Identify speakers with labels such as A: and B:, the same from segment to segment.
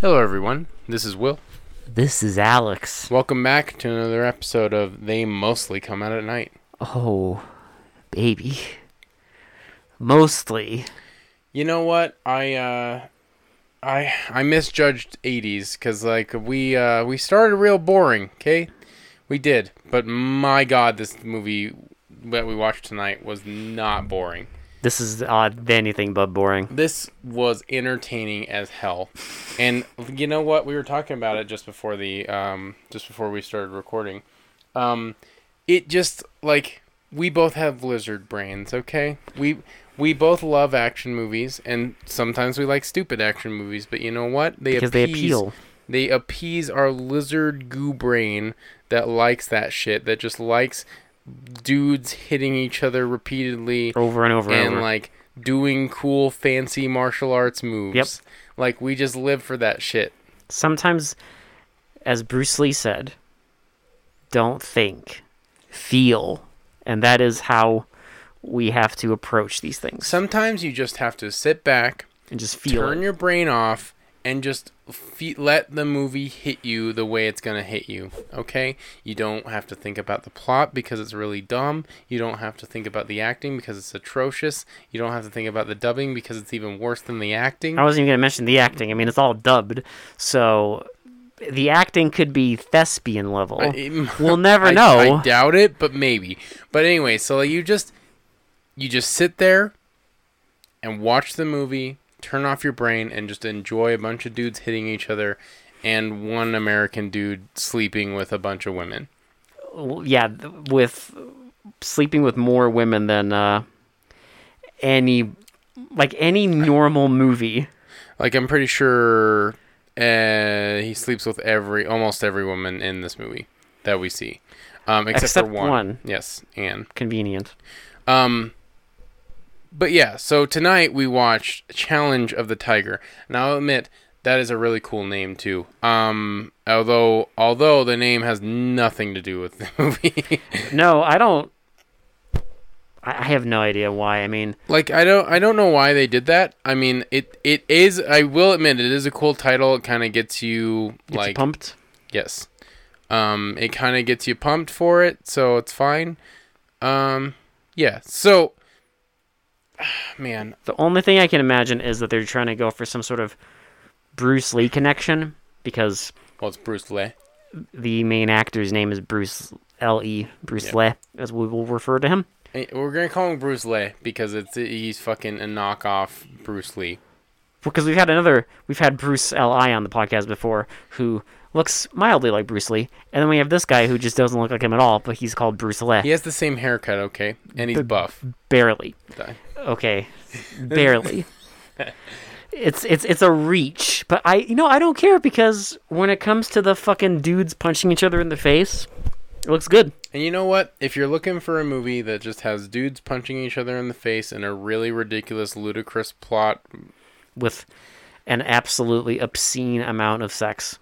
A: Hello, everyone. This is Will.
B: This is Alex.
A: Welcome back to another episode of They Mostly Come Out at Night.
B: Oh, baby. Mostly.
A: You know what? I uh, I I misjudged '80s because like we uh, we started real boring. Okay, we did, but my God, this movie that we watched tonight was not boring.
B: This is odd, anything but boring.
A: This was entertaining as hell, and you know what? We were talking about it just before the um, just before we started recording. Um, it just like we both have lizard brains, okay? We we both love action movies, and sometimes we like stupid action movies. But you know what? They
B: Because they appeal.
A: They appease our lizard goo brain that likes that shit. That just likes dudes hitting each other repeatedly
B: Over and over and,
A: and
B: over.
A: like doing cool fancy martial arts moves.
B: Yep.
A: Like we just live for that shit.
B: Sometimes, as Bruce Lee said, don't think, feel. And that is how we have to approach these things.
A: Sometimes you just have to sit back,
B: and just feel.
A: turn
B: it.
A: your brain off and just fe- let the movie hit you the way it's going to hit you. Okay? You don't have to think about the plot because it's really dumb. You don't have to think about the acting because it's atrocious. You don't have to think about the dubbing because it's even worse than the acting.
B: I wasn't even going to mention the acting. I mean, it's all dubbed. So the acting could be thespian level. we'll never
A: I-
B: know.
A: I doubt it, but maybe. But anyway, so like, you just you just sit there and watch the movie, turn off your brain, and just enjoy a bunch of dudes hitting each other and one American dude sleeping with a bunch of women.
B: Well, yeah, th- with sleeping with more women than uh, any like any normal movie.
A: Like I'm pretty sure uh, he sleeps with every almost every woman in this movie that we see, um, except,
B: Except
A: for one.
B: one.
A: Yes, Anne.
B: Convenient.
A: Um, but yeah, so tonight we watched Challenge of the Tiger. And I'll admit that is a really cool name too. Um, although although the name has nothing to do with the movie.
B: No, I don't. I I have no idea why. I mean,
A: like I don't I don't know why they did that. I mean it it is I will admit it is a cool title. It kind of gets you
B: it's
A: like
B: pumped.
A: yes, um, it kind of gets you pumped for it, so it's fine. Um, yeah. So, man,
B: The only thing I can imagine is that they're trying to go for some sort of Bruce Lee connection because
A: well it's Bruce Lee.
B: the main actor's name is Bruce L E Bruce Lee, as we will refer to him.
A: Eh, We're gonna call him Bruce Lee because it's he's fucking a knockoff Bruce Lee.
B: because we've had another we've had Bruce Li on the podcast before who looks mildly like Bruce Lee, and then we have this guy who just doesn't look like him at all, but he's called Bruce Lee
A: He has the same haircut, okay, and he's
B: But-
A: buff.
B: barely.
A: Th-
B: Okay, barely. it's it's it's a reach, but I you know I don't care because when it comes to the fucking dudes punching each other in the face, it looks good.
A: And you know what? If you're looking for a movie that just has dudes punching each other in the face and a really ridiculous, ludicrous plot,
B: with an absolutely obscene amount of sex.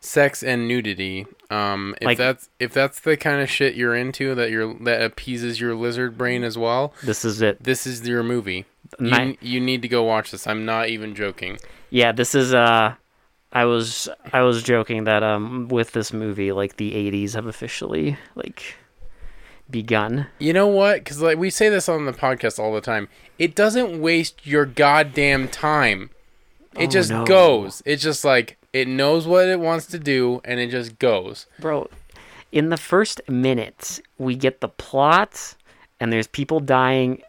A: sex and nudity, um, if
B: Like-
A: that's if that's the kind of shit you're into that you're that appeases your lizard brain as well,
B: This is it.
A: this is your movie. You,
B: My-
A: you need to go watch this. I'm not even joking.
B: Yeah, this is uh I was I was joking that um with this movie like the 80s have officially like begun.
A: You know what? Because like we say this on the podcast all the time, it doesn't waste your goddamn time. It
B: Oh,
A: just
B: no.
A: goes. It's just like it knows what it wants to do, and it just goes.
B: Bro, in the first minute, we get the plot and there's people dying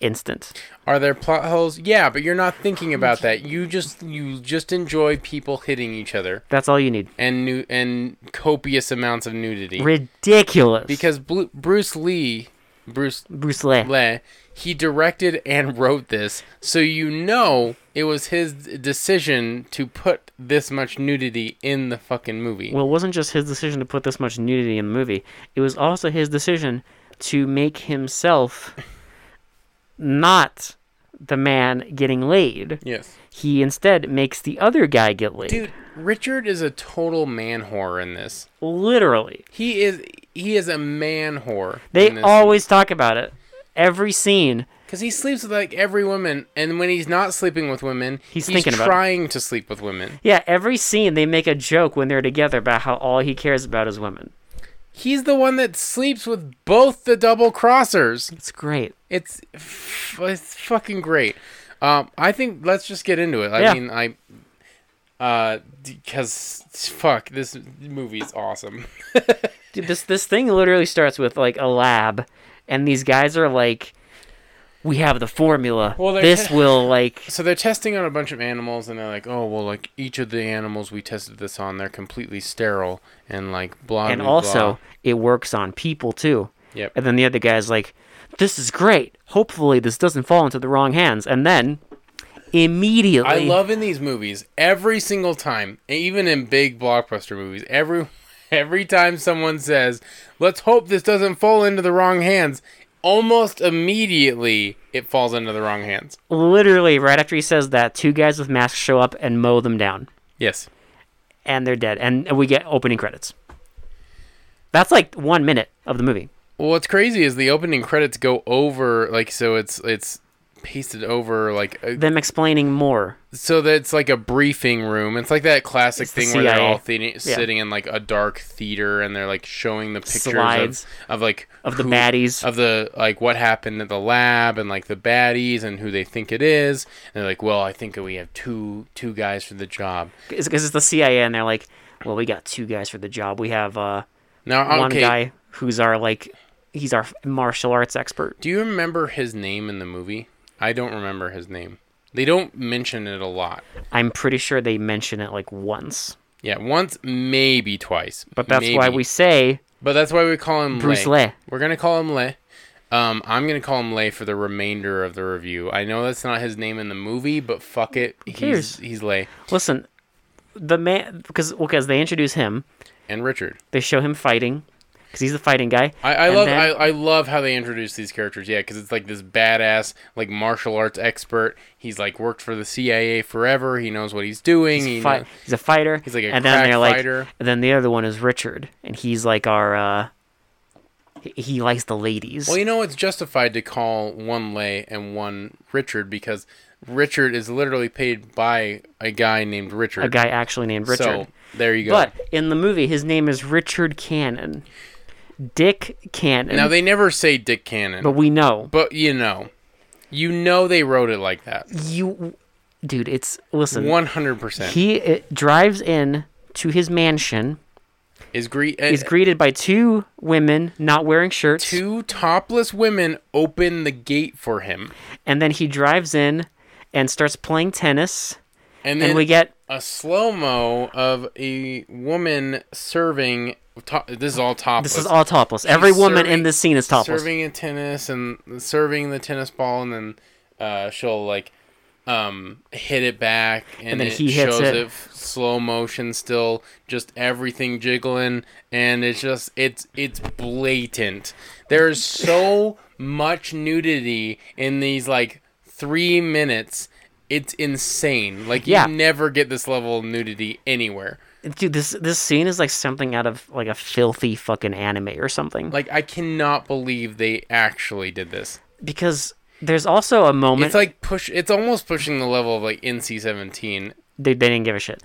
B: instant.
A: Are there plot holes? Yeah, but you're not thinking about that. You just you just enjoy people hitting each other
B: That's all you need.
A: and nu- and copious amounts of nudity.
B: Ridiculous.
A: Because Blu- Bruce Lee, Bruce
B: Bruce Lee.
A: Le, he directed and wrote this, so you know it was his decision to put this much nudity in the fucking movie.
B: Well, it wasn't just his decision to put this much nudity in the movie. It was also his decision to make himself not the man getting laid.
A: yes.
B: He instead makes the other guy get laid.
A: Dude, Richard is a total man whore in this.
B: Literally.
A: He is he is a man whore.
B: They
A: in this.
B: always talk about it. Every scene
A: Because he sleeps with like every woman, and when he's not sleeping with women,
B: He's thinking about it.
A: trying to sleep with women.
B: Yeah, every scene they make a joke when they're together about how all he cares about is women.
A: He's the one that sleeps with both the double crossers.
B: It's great.
A: It's f- it's fucking great. Um, I think let's just get into it. I
B: Yeah.
A: mean, I uh, because fuck, this movie's awesome.
B: Dude, this this thing literally starts with like a lab, and these guys are like, "We have the formula.
A: Well, they're
B: this
A: te-
B: will like."
A: so they're testing on a bunch of animals, and they're like, oh well, like each of the animals we tested this on, they're completely sterile, and like blah.
B: And
A: blah,
B: also,
A: blah.
B: it works on people too.
A: Yep.
B: And then the other guy's like, "This is great. Hopefully, this doesn't fall into the wrong hands." And then, immediately,
A: I love in these movies every single time, even in big blockbuster movies, every every time someone says, "Let's hope this doesn't fall into the wrong hands," almost immediately it falls into the wrong hands.
B: literally right after he says that, two guys with masks show up and mow them down.
A: Yes.
B: and they're dead. And we get opening credits. That's like one minute of the movie.
A: Well, what's crazy is the opening credits go over like so it's it's pasted over like uh,
B: Them explaining more.
A: so that it's like a briefing room. It's like that classic
B: the
A: thing where they're
B: CIA.
A: all the- sitting in like a dark theater and they're like showing the pictures of,
B: Slides.
A: of like
B: Of the baddies.
A: of the like what happened at the lab and like the baddies and who they think it is. And they're like, well, I think we have two two guys for the job.
B: Because it's the CIA, and they're like, well, we got two guys for the job. We have uh,
A: Now,
B: one
A: okay,
B: guy who's our, like, he's our martial arts expert.
A: do you remember his name in the movie? I don't remember his name. They don't mention it a lot.
B: I'm pretty sure they mention it, like, once.
A: Yeah, once, maybe twice.
B: But that's why
A: maybe.
B: we say,
A: But that's why we call him
B: Bruce
A: Lay.
B: Lay.
A: We're gonna call him Lay. Um, I'm gonna call him Lay for the remainder of the review. I know that's not his name in the movie, but fuck it, he's
B: cares?
A: he's Lay
B: listen, the man, because well, 'cause they introduce him,
A: and Richard.
B: they show him fighting, because he's the fighting guy.
A: I, I
B: and
A: love
B: then-
A: I, I love how they introduce these characters. Yeah, because it's like this badass like martial arts expert. He's like worked for the CIA forever. He knows what he's doing.
B: He's,
A: he
B: fi-
A: kno-
B: he's a fighter.
A: He's like a
B: and then
A: crack
B: they're like,
A: fighter.
B: and then the other one is Richard, and he's like our. uh he- He likes the ladies.
A: Well, you know, it's justified to call one Lay and one Richard because Richard is literally paid by a guy named Richard.
B: a guy actually named Richard.
A: So there you go.
B: But in the movie, his name is Richard Cannon, Dick Cannon.
A: now they never say Dick Cannon,
B: but
A: but,
B: we know
A: you know, you know they wrote it like that,
B: you, dude. It's listen.
A: one hundred percent.
B: He uh, drives in to his mansion.
A: Is uh, greet
B: He's greeted by two women not wearing shirts,
A: two topless women open the gate for him,
B: and then he drives in and starts playing tennis.
A: and then
B: And we get
A: a slow mo of a woman serving. To- this is all topless.
B: This is all topless. Every woman
A: serving-
B: in this scene is topless.
A: serving in tennis and serving the tennis ball, and then uh, she'll like um, hit it back, and,
B: then
A: it
B: he hits
A: shows
B: it.
A: f- slow motion, still just everything jiggling, and it's just it's it's blatant. There's so much nudity in these like three minutes. It's insane. Like you
B: Yeah.
A: never get this level of nudity anywhere.
B: Dude, this this scene is like something out of like a filthy fucking anime or something.
A: Like I cannot believe they actually did this.
B: because there's also a moment
A: It's like push. It's almost pushing the level of like NC seventeen.
B: dude, they didn't give a shit.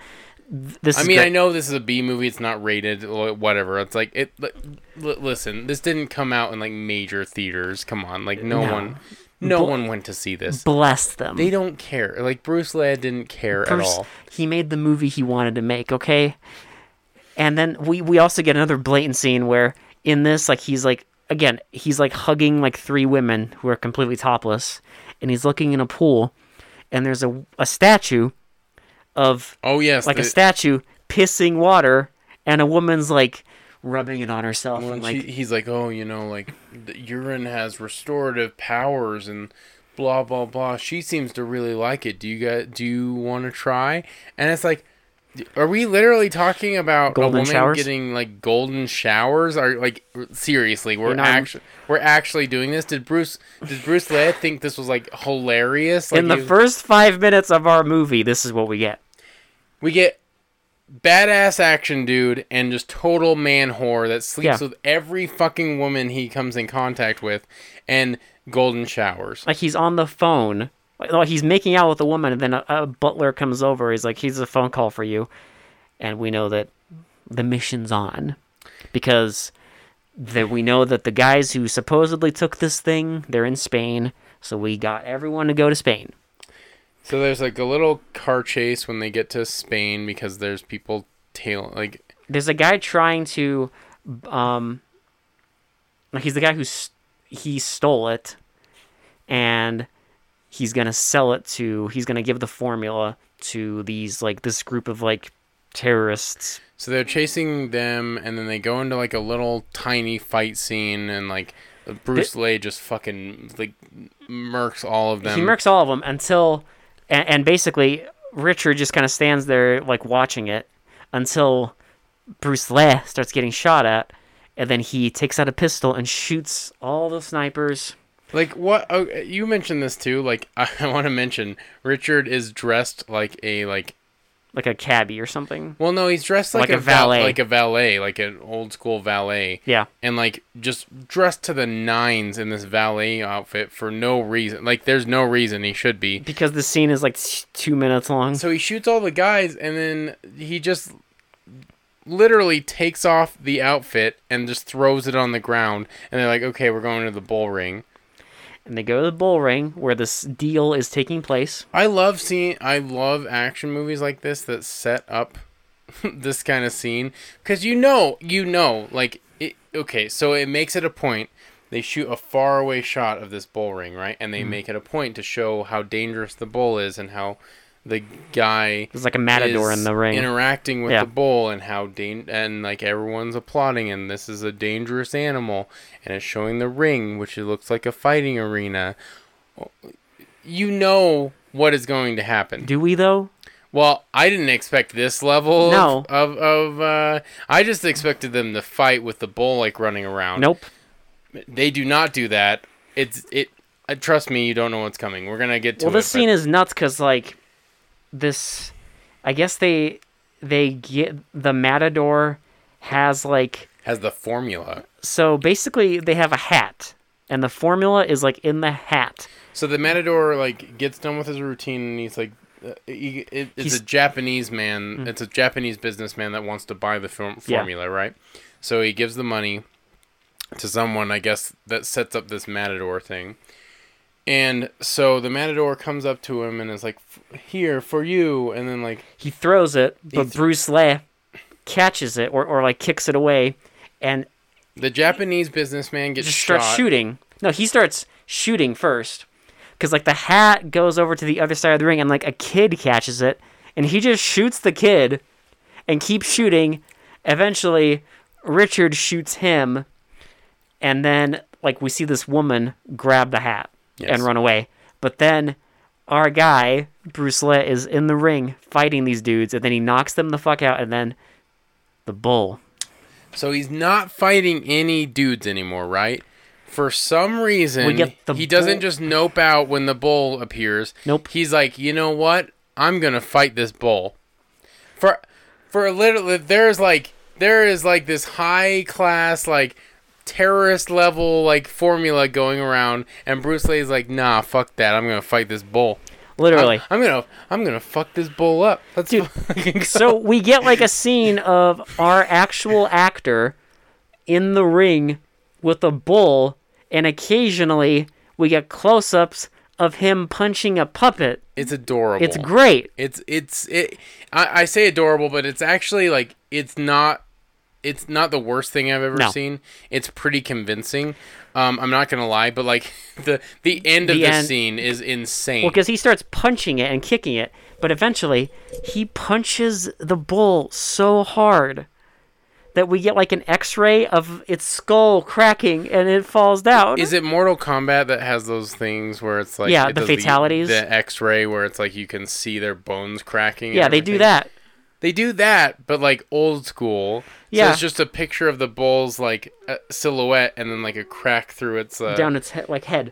B: Th- This
A: I
B: is
A: mean,
B: great.
A: I know this is a B movie. It's not rated. li- Whatever. It's like it. li- li- listen, this didn't come out in like major theaters. Come on, like no,
B: No.
A: one, no one went to see this.
B: bless them.
A: They don't care. Like Bruce Lee didn't care at
B: First,
A: all.
B: He made the movie he wanted to make, okay? And then we we also get another blatant scene where in this like he's like again, he's like hugging like three women who are completely topless and he's looking in a pool and there's a a statue of
A: Oh yes,
B: like a
A: the-
B: statue pissing water and a woman's like rubbing it on herself
A: when
B: and like
A: she- he's like, oh, you know, like the urine has restorative powers and blah blah blah. She seems to really like it. Do you got? Do you want to try? And it's like, are we literally talking about a
B: Golden
A: woman
B: showers?
A: getting like golden showers? Are like seriously, we're
B: You're not-
A: actually we're actually doing this? Did Bruce did Bruce Lee think this was like hilarious? Like,
B: in the
A: he-
B: first 5 minutes of our movie this is what we get.
A: we get badass action dude and just total man whore that sleeps
B: Yeah.
A: with every fucking woman he comes in contact with and golden showers.
B: Like he's on the phone. Like like, he's making out with a woman, and then a, a butler comes over. He's like, "Here's a phone call for you," and we know that the mission's on because that we know that the guys who supposedly took this thing they're in Spain. So we got everyone to go to Spain.
A: So there's like a little car chase when they get to Spain because there's people tail like
B: There's a guy trying to, um, like he's the guy who s he stole it, and he's gonna sell it to. He's gonna give the formula to these like this group of like terrorists
A: so they're chasing them and then they go into like a little tiny fight scene and like Bruce Lee just fucking like murks all of them.
B: he murks all of them until and, and basically richard just kind of stands there like watching it until bruce lee starts getting shot at and then he takes out a pistol and shoots all the snipers
A: Like what? Oh, you mentioned this too. Like I want to mention Richard is dressed like a like.
B: like a cabbie or something
A: Well, no, he's dressed like,
B: Like a
A: val-
B: valet.
A: like a valet, like an old school valet,
B: yeah
A: and like just dressed to the nines in this valet outfit for no reason. Like there's no reason he should be.
B: because the scene is like t- two minutes long
A: So he shoots all the guys, and then he just literally takes off the outfit and just throws it on the ground. And they're like, "Okay, we're going to the bull ring."
B: and they go to the bull ring where this deal is taking place
A: I love seeing. I love action movies like this that set up this kind of scene because you know, you know, like it. Okay, so it makes it a point. They shoot a faraway shot of this bull ring, right? And they make it a point to show how dangerous the bull is and how the guy
B: there's like a matador
A: is
B: in the ring
A: interacting with
B: Yeah.
A: the bull and how dan- and like everyone's applauding and this is a dangerous animal and it's showing the ring which it looks like a fighting arena you know what is going to happen
B: do we though
A: well i didn't expect this level of-
B: No.
A: of of uh i just expected them to fight with the bull like running around
B: nope
A: they do not do that it's it uh, trust me you don't know what's coming we're gonna get to
B: well
A: it,
B: this
A: but-
B: scene is nuts because like this i guess they they get the matador has like
A: has the formula
B: so basically they have a hat and the formula is like in the hat
A: So the matador like gets done with his routine, and he's like, uh, he, it, it's
B: He's- Mm-hmm.
A: a Japanese man. It's a Japanese businessman that wants to buy the form-
B: Yeah.
A: formula, right? So he gives the money to someone, I guess, that sets up this matador thing. And so the matador comes up to him and is like, "F- "Here for you," and then like
B: he throws it but
A: He's-
B: bruce lee catches it or, or like kicks it away and
A: the Japanese businessman gets
B: just
A: shot.
B: starts shooting no he starts shooting first because like the hat goes over to the other side of the ring and like a kid catches it and he just shoots the kid and keeps shooting eventually richard shoots him and then like we see this woman grab the hat
A: Yes.
B: and run away but then our guy bruce lee is in the ring fighting these dudes and then he knocks them the fuck out and then the bull
A: So he's not fighting any dudes anymore, right? For some
B: We
A: reason,
B: get the
A: he doesn't
B: bull-
A: just nope out when the bull appears.
B: Nope.
A: He's like, you know what? I'm gonna fight this bull. For, for literally, there's like, there is like this high class like terrorist level like formula going around, and Bruce Lee's like, nah, fuck that. I'm gonna fight this bull.
B: literally
A: I'm gonna, I'm gonna fuck this bull up. Let's
B: Dude,
A: fucking go.
B: so we get like a scene of our actual actor in the ring with a bull, and occasionally we get close ups of him punching a puppet.
A: It's adorable.
B: It's great.
A: It's it's it. I, I say adorable, but it's actually like it's not. It's not the worst thing I've ever
B: No.
A: seen. It's pretty convincing. Um, I'm not gonna lie, but like the the end of
B: The
A: the
B: end-
A: scene is insane.
B: Because he starts punching it and kicking it, but eventually he punches the bull so hard that we get like an x ray of its skull cracking and it falls down.
A: is it Mortal Kombat that has those things where it's like
B: Yeah,
A: it
B: the
A: does
B: fatalities.
A: the, X-ray where it's like you can see their bones cracking? and
B: yeah, they do
A: everything?
B: that.
A: They do that, but like old school. so
B: Yeah.
A: it's just a picture of the bull's like uh, silhouette and then like a crack through its uh,
B: down its he- like head.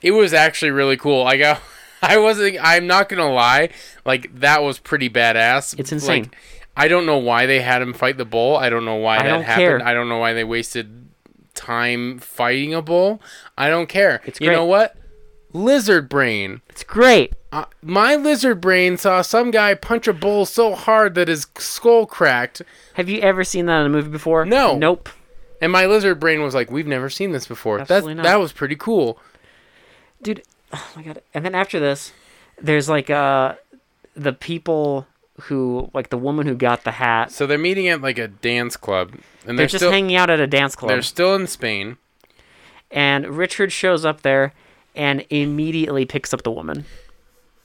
A: It was actually really cool. Like I, I wasn't. I'm not gonna lie. Like that was pretty badass.
B: It's insane.
A: Like, I don't know why they had him fight the bull. I don't know why that
B: don't
A: happened.
B: care.
A: I don't know why they wasted time fightingable. I don't care.
B: It's
A: You
B: great.
A: know what? Lizard brain.
B: It's great.
A: Uh, my lizard brain saw some guy punch a bull so hard that his skull cracked,
B: Have you ever seen that in a movie before?
A: No.
B: Nope.
A: and my lizard brain was like, "We've never seen this before."
B: Absolutely
A: That's
B: not.
A: that was pretty cool.
B: Dude, oh my god. And then after this, there's like uh the people who like the woman who got the hat.
A: So they're meeting at like a dance club, and
B: They're
A: they're,
B: just
A: still
B: hanging out at a dance
A: they're
B: club.
A: still in Spain.
B: And Richard shows up there and immediately picks up the woman.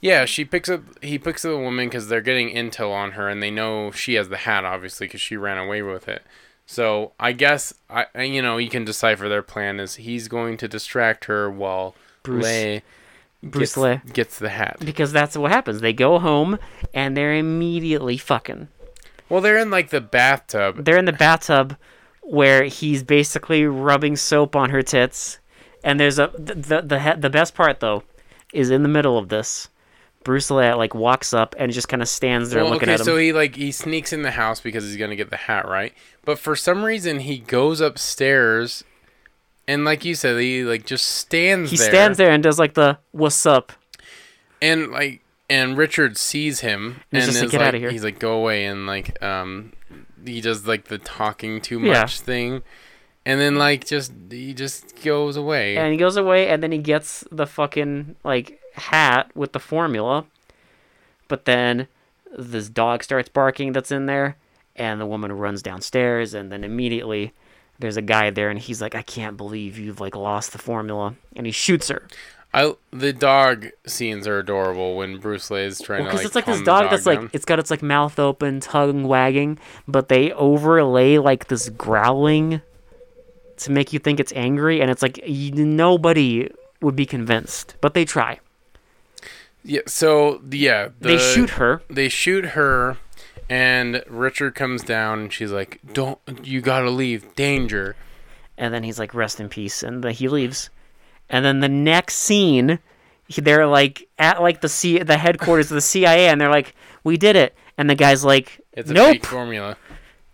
A: Yeah, she picks up. He picks up the woman because they're getting intel on her, and they know she has the hat, obviously, because she ran away with it. So I guess I, I- you know, you can decipher their plan is he's going to distract her while
B: Bruce-
A: Lei
B: Bruce
A: gets,
B: Lee.
A: gets the hat.
B: Because that's what happens. They go home and they're immediately fucking.
A: Well, they're in like the bathtub.
B: They're in the bathtub where he's basically rubbing soap on her tits. And there's a the the the, he- the best part though is in the middle of this. Bruce Lee like walks up and just kind of stands there
A: Well,
B: looking
A: okay,
B: at him.
A: so he like he sneaks in the house because he's gonna get the hat, right? But for some reason, he goes upstairs, and like you said, he like just stands.
B: he
A: there.
B: stands there and does like the "What's up?"
A: and like and Richard sees him
B: And
A: and,
B: he's just like,
A: is
B: "Get
A: like,
B: outta here."
A: he's like go away and like um he does like the talking too much
B: Yeah.
A: thing and then like just he just goes away
B: and he goes away and then he gets the fucking like hat with the formula but then this dog starts barking that's in there and the woman runs downstairs and then immediately there's a guy there and he's like i can't believe you've like lost the formula and he shoots her
A: I the dog scenes are adorable when Bruce Lee is trying
B: because
A: to like
B: it's like
A: calm
B: this
A: the
B: dog, that's
A: down.
B: like it's got its like mouth open tongue wagging but they overlay like this growling to make you think it's angry and it's like y nobody would be convinced but they try
A: yeah so yeah
B: they
A: the-
B: shoot her
A: they shoot her and Richard comes down and she's like don't you gotta leave danger
B: and then he's like rest in peace and then he leaves and then the next scene he- they're like at like the C- the headquarters of the CIA and they're like we did it and the guy's like
A: it's a
B: nope
A: fake formula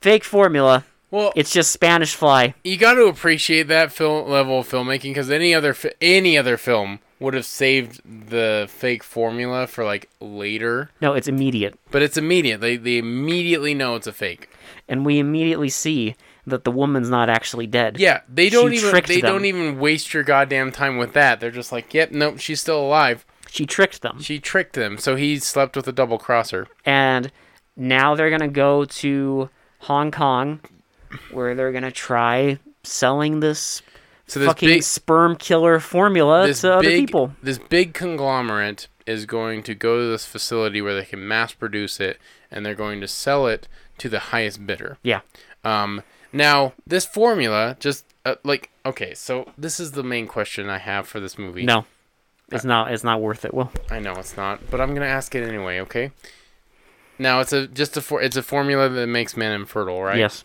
B: fake formula
A: well
B: it's just Spanish fly
A: you got to appreciate that film level of filmmaking because any other fi- any other film would have saved the fake formula for like later,
B: no it's immediate
A: but it's immediate. They they immediately know it's a fake.
B: and we immediately see that the woman's not actually dead
A: Yeah, they don't even
B: tricked
A: they
B: them.
A: don't even waste your goddamn time with that. They're just like, yep, nope, she's still alive.
B: she tricked them
A: She tricked them, so he slept with a double crosser.
B: and now they're gonna go to Hong Kong where they're gonna try selling this
A: So this
B: fucking
A: big
B: sperm killer formula
A: this
B: to other
A: big
B: people
A: this big conglomerate is going to go to this facility where they can mass produce it, and they're going to sell it to the highest bidder.
B: yeah
A: Um, now this formula just uh, like okay, so this is the main question I have for this movie.
B: No, it's not. It's not worth it. Well,
A: I know it's not, but I'm gonna ask it anyway. Okay. Now it's a just a for, it's a formula that makes men infertile, right?
B: yes.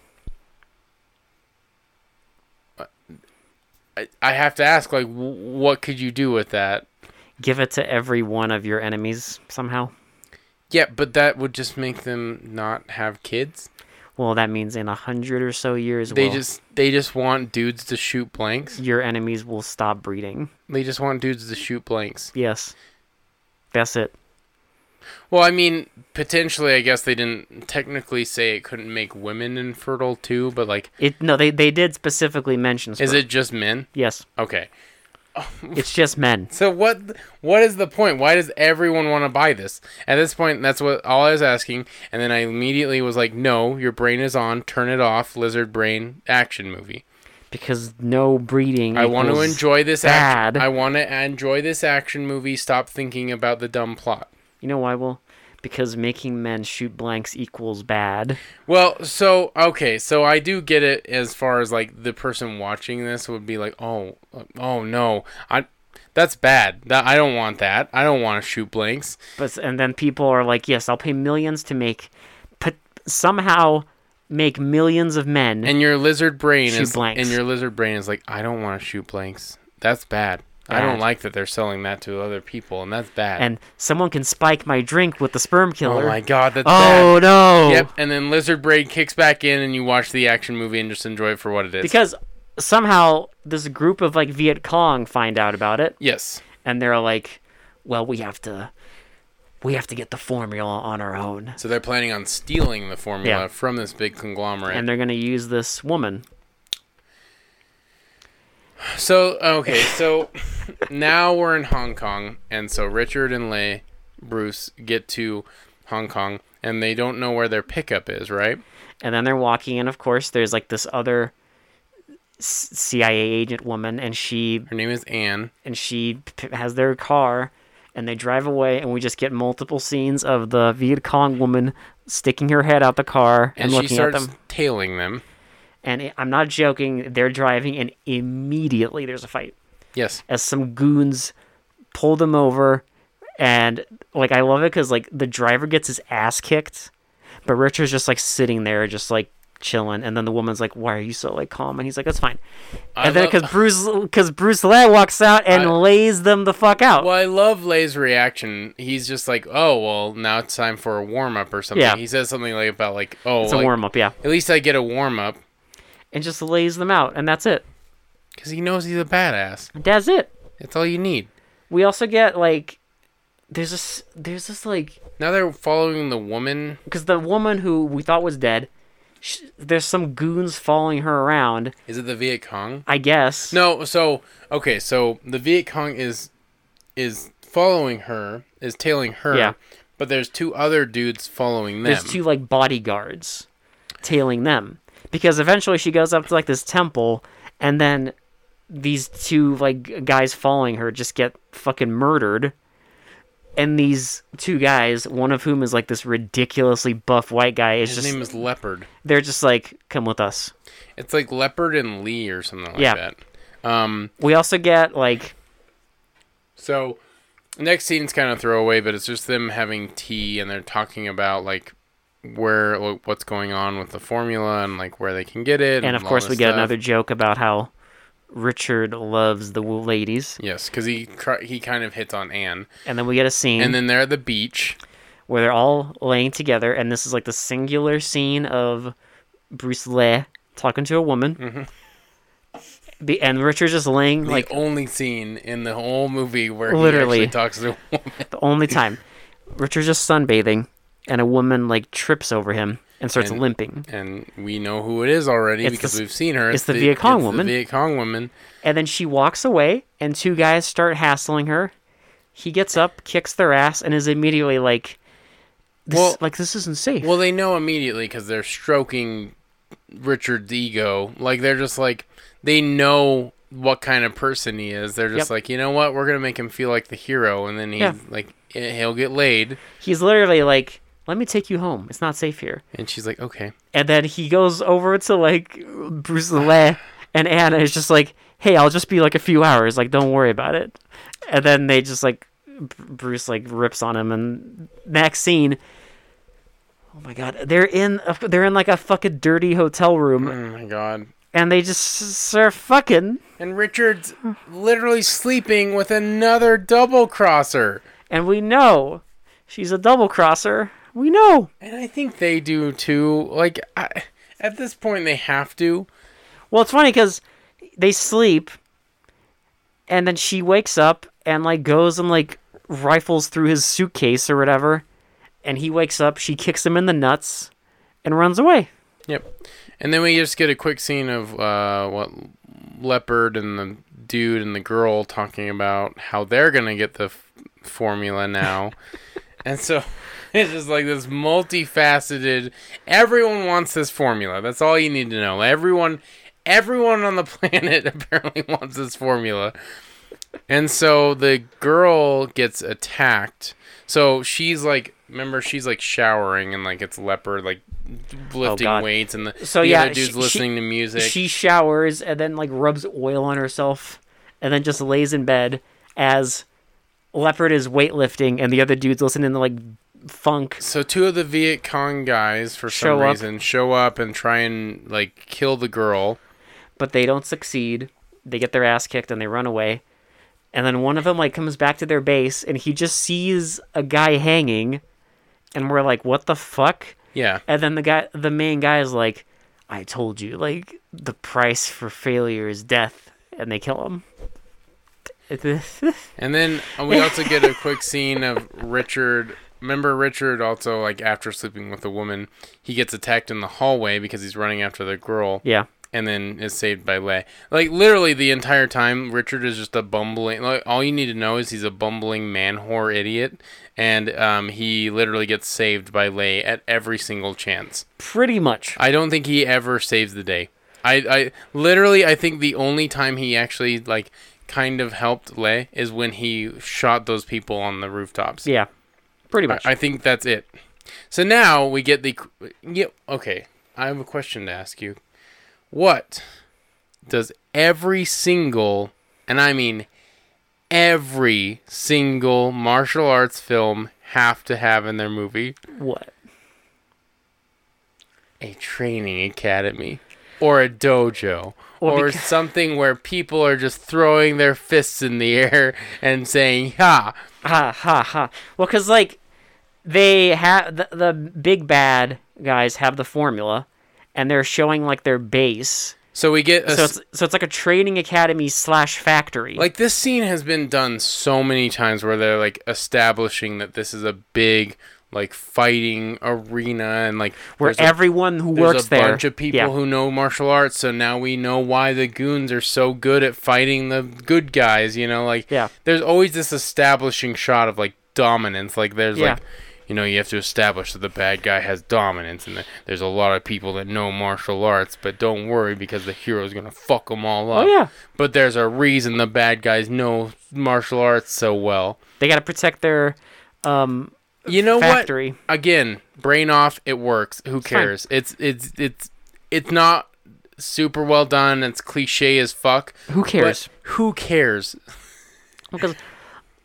A: I, I have to ask, like, w- what could you do with that?
B: Give it to every one of your enemies somehow.
A: Yeah, but that would just make them not have kids.
B: Well, that means in a hundred or so years,
A: They
B: will-
A: just they just want dudes to shoot blanks.
B: your enemies will stop breeding.
A: They just want dudes to shoot blanks.
B: Yes, that's it.
A: Well, I mean, potentially, I guess they didn't technically say it couldn't make women infertile too, but like,
B: It no, they they did specifically mention.
A: is
B: sperm.
A: it just men?
B: Yes,
A: Okay.
B: it's just men.
A: So what what is the point? Why does everyone want to buy this? At this point, that's what all I was asking, and then I immediately was like, "No, your brain is on. Turn it off. Lizard brain action movie.
B: Because no breeding.
A: I want to
B: equals-
A: enjoy this
B: bad.
A: action. I want to enjoy this action movie. Stop thinking about the dumb plot."
B: You know why? Well, because making men shoot blanks equals bad.
A: Well, so okay, so I do get it as far as like the person watching this would be like, "Oh, oh no. I that's bad. That I don't want that. I don't want to shoot blanks."
B: But s- and then people are like, yes, I'll pay millions to make, put somehow make millions of men.
A: And your lizard brain
B: Shoot
A: is
B: blanks.
A: and your lizard brain is like, I don't want to shoot blanks. That's bad. I don't
B: Bad.
A: like that they're selling that to other people, and that's bad.
B: and someone can spike my drink with the sperm
A: oh
B: killer.
A: my god, that's
B: Oh,
A: bad.
B: no.
A: Yep. And then lizard brain kicks back in, and you watch the action movie and just enjoy it for what it is.
B: Because somehow this group of like Viet Cong find out about it,
A: Yes.
B: and they're like, "Well, we have to, we have to get the formula on our own."
A: So they're planning on stealing the formula
B: Yeah.
A: from this big conglomerate.
B: And they're gonna use this woman.
A: So okay, so now we're in Hong Kong, and so Richard and Lei Bruce get to Hong Kong, and they don't know where their pickup is, right?
B: And then they're walking, and of course, there's like this other s- CIA agent woman, and she
A: Her name is Anne.
B: and she p- has their car, and they drive away, and we just get multiple scenes of the Viet Cong woman sticking her head out the car and,
A: And, she
B: looking
A: starts
B: at them.
A: tailing them.
B: And it, I'm not joking; they're driving, and immediately there's a fight
A: Yes.
B: as some goons pull them over, and like I love it because like the driver gets his ass kicked, but Richard's just like sitting there, just like chilling, and then the woman's like, "Why are you so like calm?" And he's like, "That's fine."
A: I
B: and then
A: love-
B: because Bruce because Bruce Lee walks out and
A: I-
B: lays them the fuck out.
A: Well, I love Lei's reaction. He's just like, "Oh, well, now it's time for a warm up or something."
B: Yeah.
A: He says something like about like, "Oh,
B: it's a
A: like,
B: warm up, yeah,
A: at least I get a warm up,"
B: and just lays them out, and that's it.
A: because he knows he's a badass.
B: That's it.
A: That's all you need.
B: We also get like there's this there's this like
A: Now they're following the woman.
B: because the woman who we thought was dead, sh there's some goons following her around.
A: Is it the Viet Cong?
B: I guess.
A: No, so okay, so the Viet Cong is is following her, is tailing her.
B: Yeah.
A: But there's two other dudes following them.
B: there's two like bodyguards tailing them because eventually she goes up to like this temple and then these two like g- guys following her just get fucking murdered and these two guys one of whom is like this ridiculously buff white guy is
A: His
B: just
A: name is Leopard.
B: they're just like come with us
A: It's like Leopard and Lee or something like
B: Yeah.
A: that. Um
B: we also get like
A: so next scene's kind of throwaway, but it's just them having tea and they're talking about like where like, what's going on with the formula and like where they can get it.
B: and of
A: all
B: course
A: this
B: we get
A: stuff.
B: another joke about how richard loves the w- ladies
A: Yes, because he cr- he kind of hits on Anne,
B: and then we get a scene
A: and then they're at the beach.
B: where they're all laying together, and this is like the singular scene of Bruce Lee talking to a woman.
A: Mm-hmm.
B: Be- and Richard's just laying like
A: like only scene in the whole movie where
B: Literally.
A: he actually talks to a woman.
B: the only time. Richard's just sunbathing, and a woman like trips over him and starts
A: And-
B: limping.
A: and we know who it is already
B: It's
A: because
B: the s-
A: we've seen her.
B: it's the Viet Cong
A: it's
B: woman.
A: The Viet Cong woman.
B: And then she walks away, and two guys start hassling her. He gets up, kicks their ass, and is immediately like, this,
A: Well-
B: like this isn't safe.
A: Well, they know immediately because they're stroking Richard's ego. Like they're just like they know what kind of person he is. They're just
B: Yep.
A: like, you know what, we're gonna make him feel like the hero, and then he's
B: Yeah.
A: like, eh, he'll get laid.
B: He's literally like, "Let me take you home. It's not safe here."
A: And she's like, okay.
B: and then he goes over to like Bruce Lee, and Anna is just like, "Hey, I'll just be like a few hours. Like, don't worry about it." And then they just like Br- Bruce like rips on him, and next scene, oh my god, they're in a, they're in like a fucking dirty hotel room,
A: Oh my god.
B: and they just start fucking,
A: And Richard's literally sleeping with another double crosser.
B: and we know she's a double crosser. We know.
A: And I think they do too. Like I, at this point, they have to.
B: Well, it's funny because they sleep, and then she wakes up and like goes and like rifles through his suitcase or whatever, and he wakes up. She kicks him in the nuts, and runs away.
A: Yep. And then we just get a quick scene of uh, what leopard and the dude and the girl talking about how they're gonna get the f- formula now. and so it's just like this multifaceted. Everyone wants this formula. That's all you need to know. Everyone, everyone on the planet apparently wants this formula. And so the girl gets attacked. So she's like, remember, she's like showering and like it's leopard like lifting
B: Oh, God.
A: weights, and the,
B: So,
A: the
B: yeah,
A: other dude's
B: she- she-
A: listening to music.
B: She showers and then like rubs oil on herself, and then just lays in bed as Leopard is weightlifting, and the other dude's listening to like funk.
A: so two of the Viet Cong guys, for
B: Show
A: some
B: up.
A: reason, show up and try and like kill the girl.
B: but they don't succeed. They get their ass kicked and they run away. And then one of them like comes back to their base and he just sees a guy hanging and we're like, "What the fuck?"
A: Yeah.
B: And then the guy the main guy is like, I told you, like the price for failure is death, and they kill him.
A: And then we also get a quick scene of Richard. Remember Richard also like after sleeping with a woman, he gets attacked in the hallway because he's running after the girl
B: yeah,
A: and then is saved by Lay. Like literally the entire time Richard is just a bumbling like all you need to know is he's a bumbling man whore idiot and um, he literally gets saved by Lay at every single chance.
B: pretty much.
A: I don't think he ever saves the day. I, I literally I think the only time he actually like kind of helped Lei is when he shot those people on the rooftops.
B: Yeah, pretty
A: I,
B: much.
A: I think that's it. So now we get the yeah, okay. I have a question to ask you. What does every single and I mean every single martial arts film have to have in their movie?
B: what?
A: a training academy or a dojo
B: Or
A: or
B: beca-
A: something where people are just throwing their fists in the air and saying ha
B: Ha ha ha. Well, because like they have the, the big bad guys have the formula, and they're showing like their base.
A: so we get a
B: So
A: s-
B: it's so it's like a training academy slash factory.
A: like this scene has been done so many times where they're like establishing that this is a big like fighting arena and like
B: where
A: there's a-
B: everyone who
A: there's
B: works
A: a
B: there.
A: bunch of people
B: yeah.
A: who know martial arts so now we know why the goons are so good at fighting the good guys you know like
B: Yeah.
A: there's always this establishing shot of like dominance like there's
B: Yeah.
A: like you know you have to establish that the bad guy has dominance and that there's a lot of people that know martial arts but don't worry because the hero's gonna fuck them all up
B: Oh yeah,
A: but there's a reason the bad guys know martial arts so well
B: they got to protect their um,
A: you know what
B: factory.
A: again, brain off, it works. Who
B: fine.
A: cares? It's it's it's it's not super well done. It's cliche as fuck.
B: Who cares?
A: But who cares?
B: Because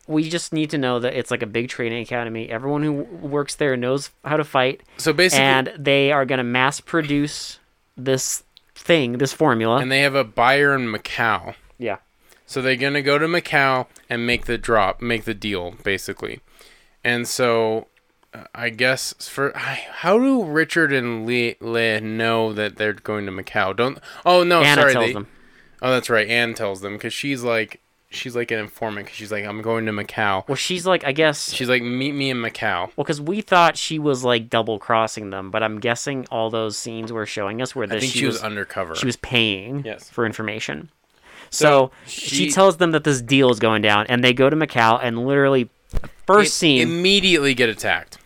B: we just need to know that it's like a big training academy. Everyone who w- works there knows how to fight,
A: So basically, and,
B: and they are going to mass produce this thing, this formula.
A: they have a buyer in Macau.
B: yeah.
A: So they're gonna go to Macau and make the drop, make the deal, basically. And so, uh, I guess for I- how do Richard and Le, Le know that they're going to Macau? Don't. Oh no,
B: Anna
A: sorry.
B: tells
A: they-
B: them.
A: Oh, that's right. Anne tells them because she's like she's like an informant because she's like I'm going to Macau.
B: Well, she's like, I guess.
A: She's like, meet me in Macau.
B: well, because we thought she was like double crossing them, but I'm guessing all those scenes were showing us where
A: I
B: this
A: think
B: she,
A: she, was, undercover.
B: she was paying
A: Yes.
B: for information. So, she,
A: she-
B: tells them that this deal is going down, and they go to Macau, and literally,
A: Im-
B: first scene,
A: Immediately get attacked.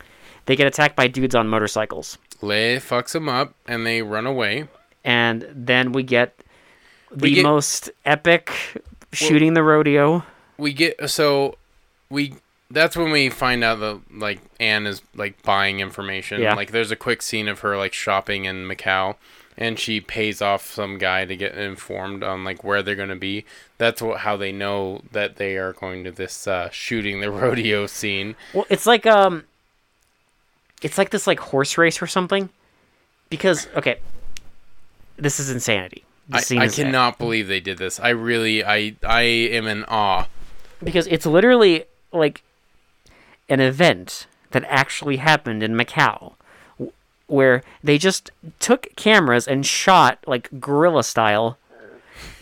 B: they get attacked by dudes on motorcycles.
A: Lei fucks him up and they run away.
B: and then we get the
A: get-
B: most epic shooting the rodeo.
A: We get so we that's when we find out that like Anne is like buying information.
B: Yeah.
A: Like there's a quick scene of her like shopping in Macau and she pays off some guy to get informed on like where they're going to be. That's what how they know that they are going to this uh, shooting the rodeo scene.
B: Well, it's like um, it's like this like horse race or something, because okay, this is insanity. This
A: I,
B: scene
A: I
B: is-
A: cannot believe they did this. I really I I am in awe.
B: because it's literally like an event that actually happened in Macau. wh- Where they just took cameras and shot like guerrilla style,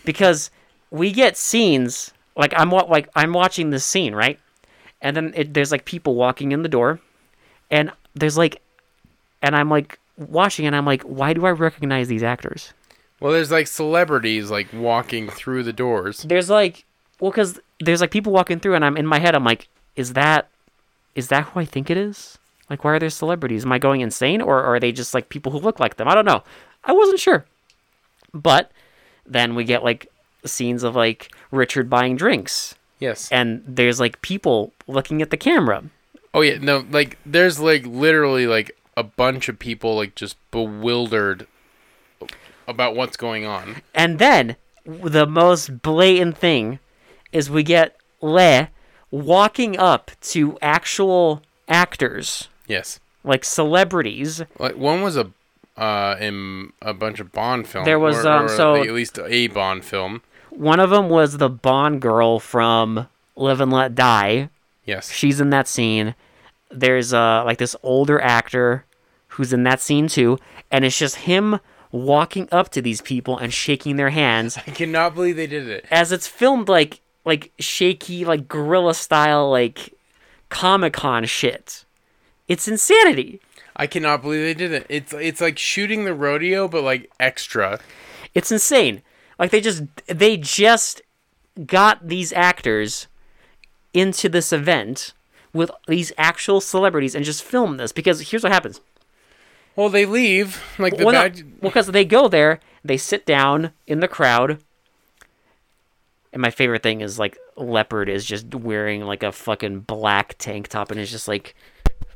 B: because we get scenes like I'm wa- like I'm watching this scene right, and then it, there's like people walking in the door, and there's like, and I'm like watching and I'm like, why do I recognize these actors?
A: Well, there's like celebrities like walking through the doors.
B: there's like well because there's like people walking through and i'm in my head i'm like is that is that who i think it is like why are there celebrities am i going insane or, or are they just like people who look like them i don't know i wasn't sure but then we get like scenes of like richard buying drinks
A: Yes.
B: and there's like people looking at the camera
A: Oh yeah, no, like there's like literally like a bunch of people like just bewildered about what's going on.
B: And then the most blatant thing is we get Le walking up to actual actors,
A: Yes.
B: like celebrities,
A: Like one was a uh in a bunch of Bond films.
B: There was, um, so-
A: at least a Bond film.
B: One of them was the Bond girl from Live and Let Die.
A: Yes.
B: She's in that scene. There's uh like this older actor who's in that scene too, and it's just him walking up to these people and shaking their hands
A: I cannot believe they did it.
B: as it's filmed like like shaky like guerrilla style like comic-con shit it's insanity
A: I cannot believe they did it. It's it's like shooting the rodeo, but like extra.
B: It's insane. Like they just they just got these actors into this event with these actual celebrities and just filmed this because here's what happens.
A: Well, they leave like the
B: Well, no,
A: bad.
B: well, because they go there, they sit down in the crowd. And my favorite thing is like Leopard is just wearing like a fucking black tank top and is just like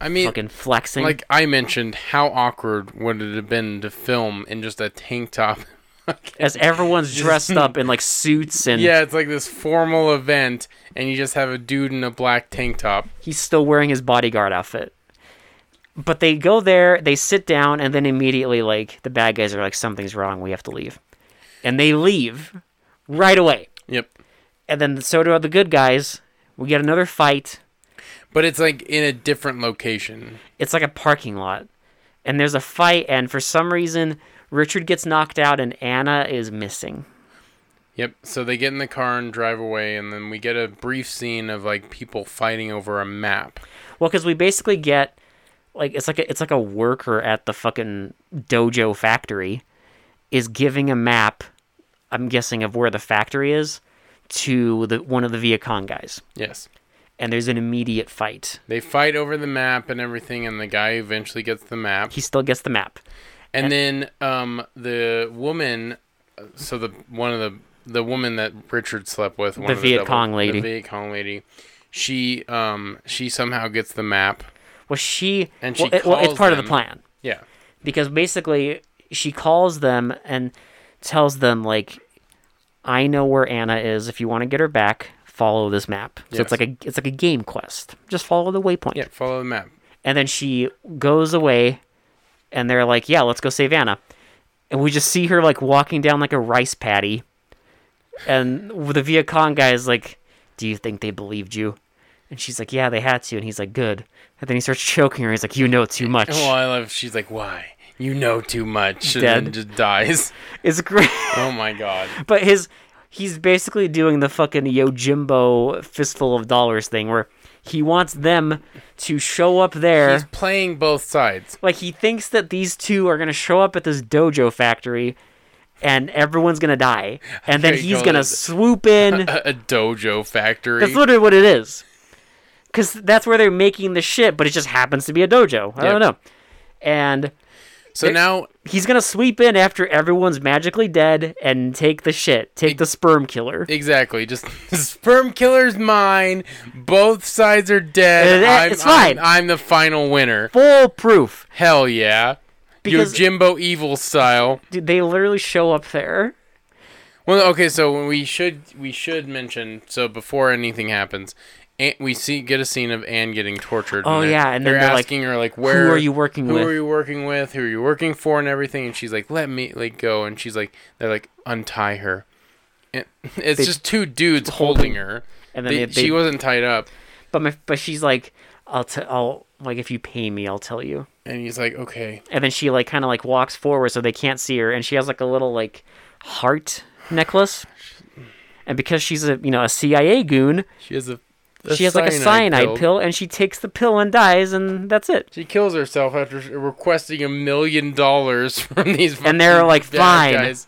A: I mean,
B: fucking flexing.
A: like I mentioned, how awkward would it have been to film in just a tank top?
B: as everyone's dressed up in like suits and
A: yeah, it's like this formal event, and you just have a dude in a black tank top.
B: he's still wearing his bodyguard outfit. But they go there, they sit down, and then immediately, like, the bad guys are like, something's wrong, we have to leave. And they leave right away.
A: Yep.
B: And then so do the good guys. We get another fight.
A: But it's like in a different location.
B: It's like a parking lot. And there's a fight, and for some reason, Richard gets knocked out, and Anna is missing.
A: Yep. So they get in the car and drive away, and then we get a brief scene of like people fighting over a map.
B: Well, because we basically get like it's like a, it's like a worker at the fucking dojo factory is giving a map. I'm guessing of where the factory is to the one of the Viet Cong guys,
A: Yes.
B: and there's an immediate fight.
A: They fight over the map and everything, and the guy eventually gets the map.
B: He still gets the map.
A: And then um, the woman, so the one of the the woman that Richard slept with, one
B: The
A: of
B: Viet
A: double-
B: Cong lady.
A: the Viet Cong lady, she um she somehow gets the map.
B: Well, she
A: And
B: well,
A: she
B: it- well, it's
A: calls
B: part of
A: them.
B: the plan
A: Yeah,
B: because basically she calls them and tells them like, "I know where Anna is. If you want to get her back, follow this map." So
A: Yes.
B: it's like a it's like a game quest. Just follow the waypoint.
A: yeah, follow the map.
B: and then she goes away and they're like yeah let's go save anna and we just see her like walking down like a rice paddy and the viet cong guy is like do you think they believed you and she's like yeah they had to and he's like good and then he starts choking her he's like you know too much
A: Oh, I love. She's like, why? You know too much, and
B: Dead.
A: then just dies.
B: it's great
A: Oh my god.
B: but his he's basically doing the fucking yo jimbo fistful of dollars thing where he wants them to show up there
A: He's playing both sides.
B: like he thinks that these two are gonna show up at this dojo factory and everyone's gonna die and then
A: There you
B: he's
A: go,
B: gonna
A: that's-
B: swoop in
A: A, a dojo factory.
B: that's literally what it is because that's where they're making the shit but it just happens to be a dojo i
A: Yep.
B: don't know and
A: so now
B: he's gonna sweep in after everyone's magically dead and take the shit take the sperm killer
A: Exactly. Just the sperm killer's mine. Both sides are dead.
B: Uh, that-
A: I'm,
B: it's fine.
A: I'm, I'm the final winner.
B: foolproof
A: Hell yeah.
B: Because-
A: Because Jimbo Evil style.
B: dude they literally show up there
A: Well, okay. So we should we should mention. So before anything happens, An we see get a scene of Anne getting tortured.
B: Oh,
A: they're-
B: yeah, and then
A: they're,
B: they're like,
A: asking her like, where
B: are you working
A: who
B: with?"
A: are you working with? Who are you working for? And everything. And she's like, let me like go. And she's like, they're like, untie her. And it's just two dudes holding her.
B: and then
A: They-
B: they, they,
A: she wasn't tied up.
B: but my, but she's like i'll t- i'll like if you pay me i'll tell you
A: And he's like, okay.
B: and then she like kind of like walks forward so they can't see her and she has like a little like heart necklace and because she's a you know a cia goon
A: She has a.
B: she has like a cyanide pill. and she takes the pill and dies and that's it
A: She kills herself after s- requesting a million dollars from these.
B: And they're
A: fucking
B: like,
A: bad
B: "Fine."
A: guys.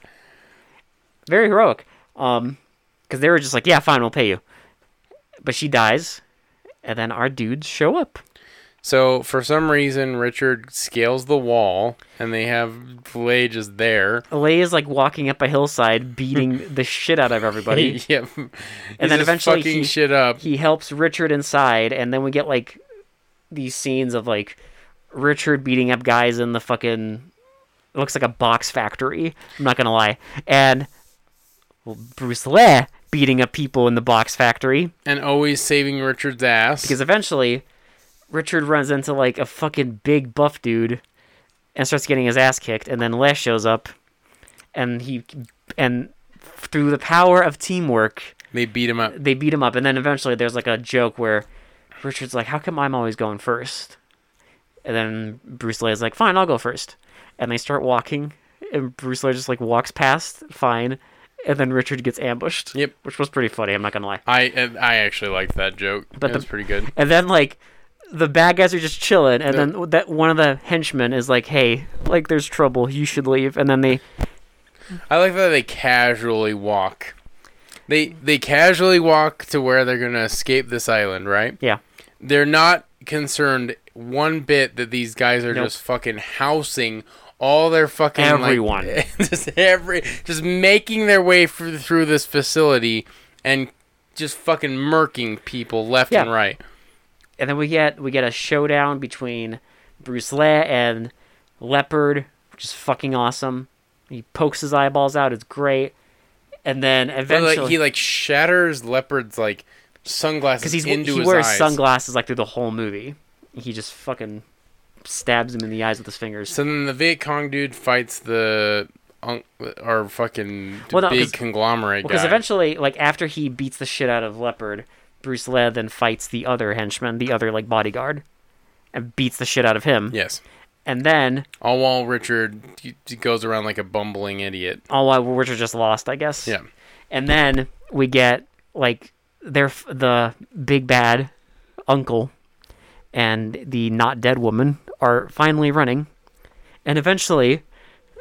B: very heroic um because they were just like yeah fine we'll pay you but she dies and then our dudes show up
A: So for some reason, Richard scales the wall, and they have Blay just there.
B: lay is like walking up a hillside beating the shit out of everybody
A: yep.
B: and then eventually
A: fucking
B: he,
A: shit up.
B: he helps Richard inside, and then we get like these scenes of like Richard beating up guys in the fucking it looks like a box factory. I'm not gonna lie, and well, Bruce Lee beating up people in the box factory
A: and always saving Richard's ass.
B: because eventually Richard runs into like a fucking big buff dude and starts getting his ass kicked, and then Les shows up, and he and through the power of teamwork
A: they beat him up.
B: they beat him up, and then eventually there's like a joke where Richard's like, "How come I'm always going first? And then Bruce Lee is like, "Fine, I'll go first. And they start walking, and Bruce Lee just like walks past, fine, and then Richard gets ambushed.
A: Yep.
B: Which was pretty funny. I'm not gonna lie.
A: I and I actually liked that joke. But
B: But
A: it
B: the-
A: was pretty good.
B: And then like the bad guys are just chilling, and then that one of the henchmen is like, "Hey, like there's trouble. You should leave." And then they
A: I like that they casually walk. They they casually walk to where they're gonna escape this island, right?
B: yeah
A: They're not concerned one bit that these guys are
B: Nope.
A: just fucking housing all their fucking like-
B: Everyone.
A: just every just making their way through, through this facility and just fucking murking people left
B: Yeah.
A: and right.
B: and then we get we get a showdown between Bruce Lee and Leopard, which is fucking awesome. He pokes his eyeballs out. It's great. And then
A: But,
B: eventually,
A: like, he like shatters leopard's like sunglasses
B: because he's
A: into
B: he
A: his
B: wears
A: eyes.
B: sunglasses like through the whole movie. He just fucking stabs him in the eyes with his fingers.
A: So then the Viet Cong dude fights the un- our fucking
B: Well, no,
A: big
B: 'cause-
A: conglomerate
B: Because
A: guy.
B: eventually, like after he beats the shit out of Leopard, Bruce Lee then fights the other henchman, the other like bodyguard, and beats the shit out of him.
A: yes,
B: And then
A: all while Richard he- he goes around like a bumbling idiot.
B: all while Richard just lost, I guess.
A: Yeah,
B: And then we get like their f- the big bad uncle and the not dead woman are finally running, and eventually